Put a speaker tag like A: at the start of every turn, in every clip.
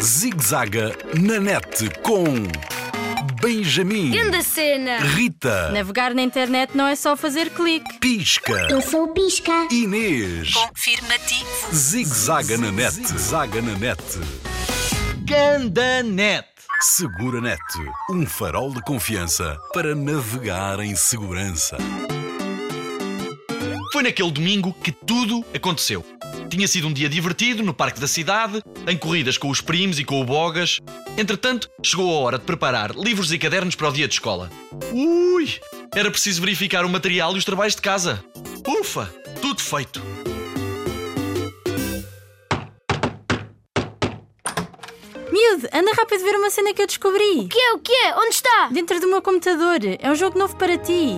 A: Zigzaga na net com Benjamin,
B: Grande cena!
A: Rita,
C: Navegar na internet não é só fazer clique.
A: Pisca,
D: Eu sou o Pisca.
A: Inês.
E: Confirmativo.
A: Zigzaga na net, zaga na net.
F: Gandanet.
A: Segura net, um farol de confiança para navegar em segurança.
F: Foi naquele domingo que tudo aconteceu. Tinha sido um dia divertido no parque da cidade, em corridas com os primos e com o Bogas. Entretanto, chegou a hora de preparar livros e cadernos para o dia de escola. Ui! Era preciso verificar o material e os trabalhos de casa. Ufa! Tudo feito!
C: Miúdo, anda rápido ver uma cena que eu descobri.
B: O que é? O que é? Onde está?
C: Dentro do meu computador. É um jogo novo para ti.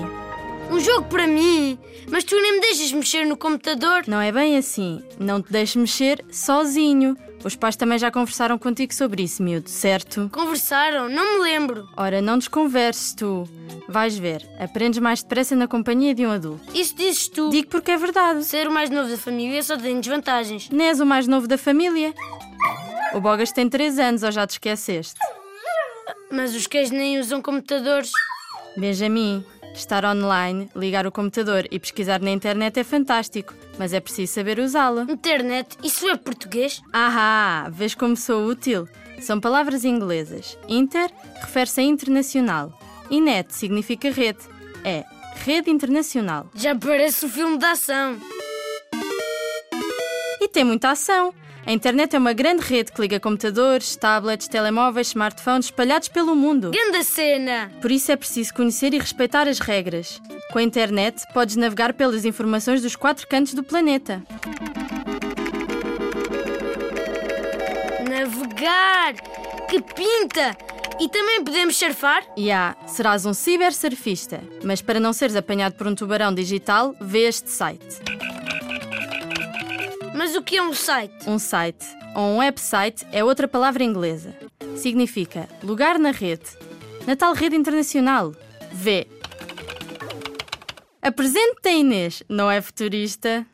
B: Um jogo para mim. Mas tu nem me deixas mexer no computador.
C: Não é bem assim. Não te deixes mexer sozinho. Os pais também já conversaram contigo sobre isso, miúdo, certo?
B: Conversaram, não me lembro.
C: Ora, não desconverses tu. Vais ver, aprendes mais depressa na companhia de um adulto.
B: Isso dizes tu.
C: Digo porque é verdade.
B: Ser o mais novo da família só tem desvantagens.
C: Não és o mais novo da família. O Bogas tem 3 anos ou já te esqueceste?
B: Mas os cães nem usam computadores.
C: Benjamin, estar online, ligar o computador e pesquisar na internet é fantástico, mas é preciso saber usá-lo.
B: Internet, isso é português?
C: Ahá, vês como sou útil? São palavras inglesas. Inter refere-se a internacional e net significa rede. É rede internacional.
B: Já parece um filme de ação.
C: E tem muita ação. A internet é uma grande rede que liga computadores, tablets, telemóveis, smartphones espalhados pelo mundo.
B: Grande cena!
C: Por isso é preciso conhecer e respeitar as regras. Com a internet, podes navegar pelas informações dos quatro cantos do planeta.
B: Navegar! Que pinta! E também podemos surfar?
C: E há, serás um cibersurfista, mas para não seres apanhado por um tubarão digital, vê este site.
B: Mas o que é um site?
C: Um site ou um website é outra palavra inglesa. Significa lugar na rede, na tal rede internacional. Vê. Apresente-te a Inês, não é futurista?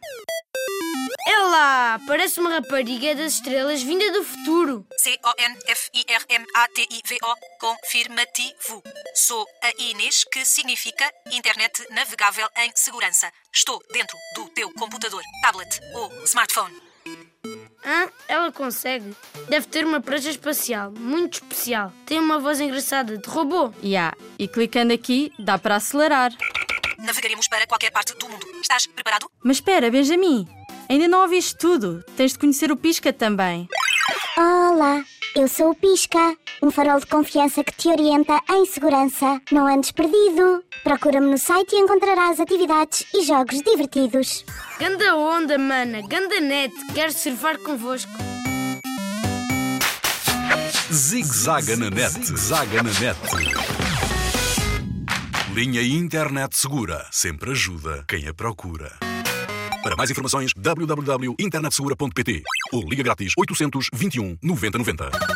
B: É lá! Parece uma rapariga das estrelas vinda do futuro.
E: C-O-N-F-I-R-M-A-T-I-V-O. Confirmativo. Sou a Inês, que significa Internet Navegável em Segurança. Estou dentro do teu computador, tablet ou smartphone.
B: Hã? Ela consegue. Deve ter uma prancha espacial, muito especial. Tem uma voz engraçada de robô.
C: E há, e clicando aqui dá para acelerar.
E: Navegaremos para qualquer parte do mundo. Estás preparado?
C: Mas espera, Benjamin, ainda não ouviste tudo. Tens de conhecer o Pisca também.
D: Olá, eu sou o Pisca, um farol de confiança que te orienta em segurança. Não andes perdido. Procura-me no site e encontrarás atividades e jogos divertidos.
B: Ganda onda, mana. Ganda net. Quero surfar convosco.
A: Zigzaga na net, zaga na net. Linha Internet Segura sempre ajuda quem a procura. Para mais um informações, www.internetsegura.pt ou liga grátis 821 9090.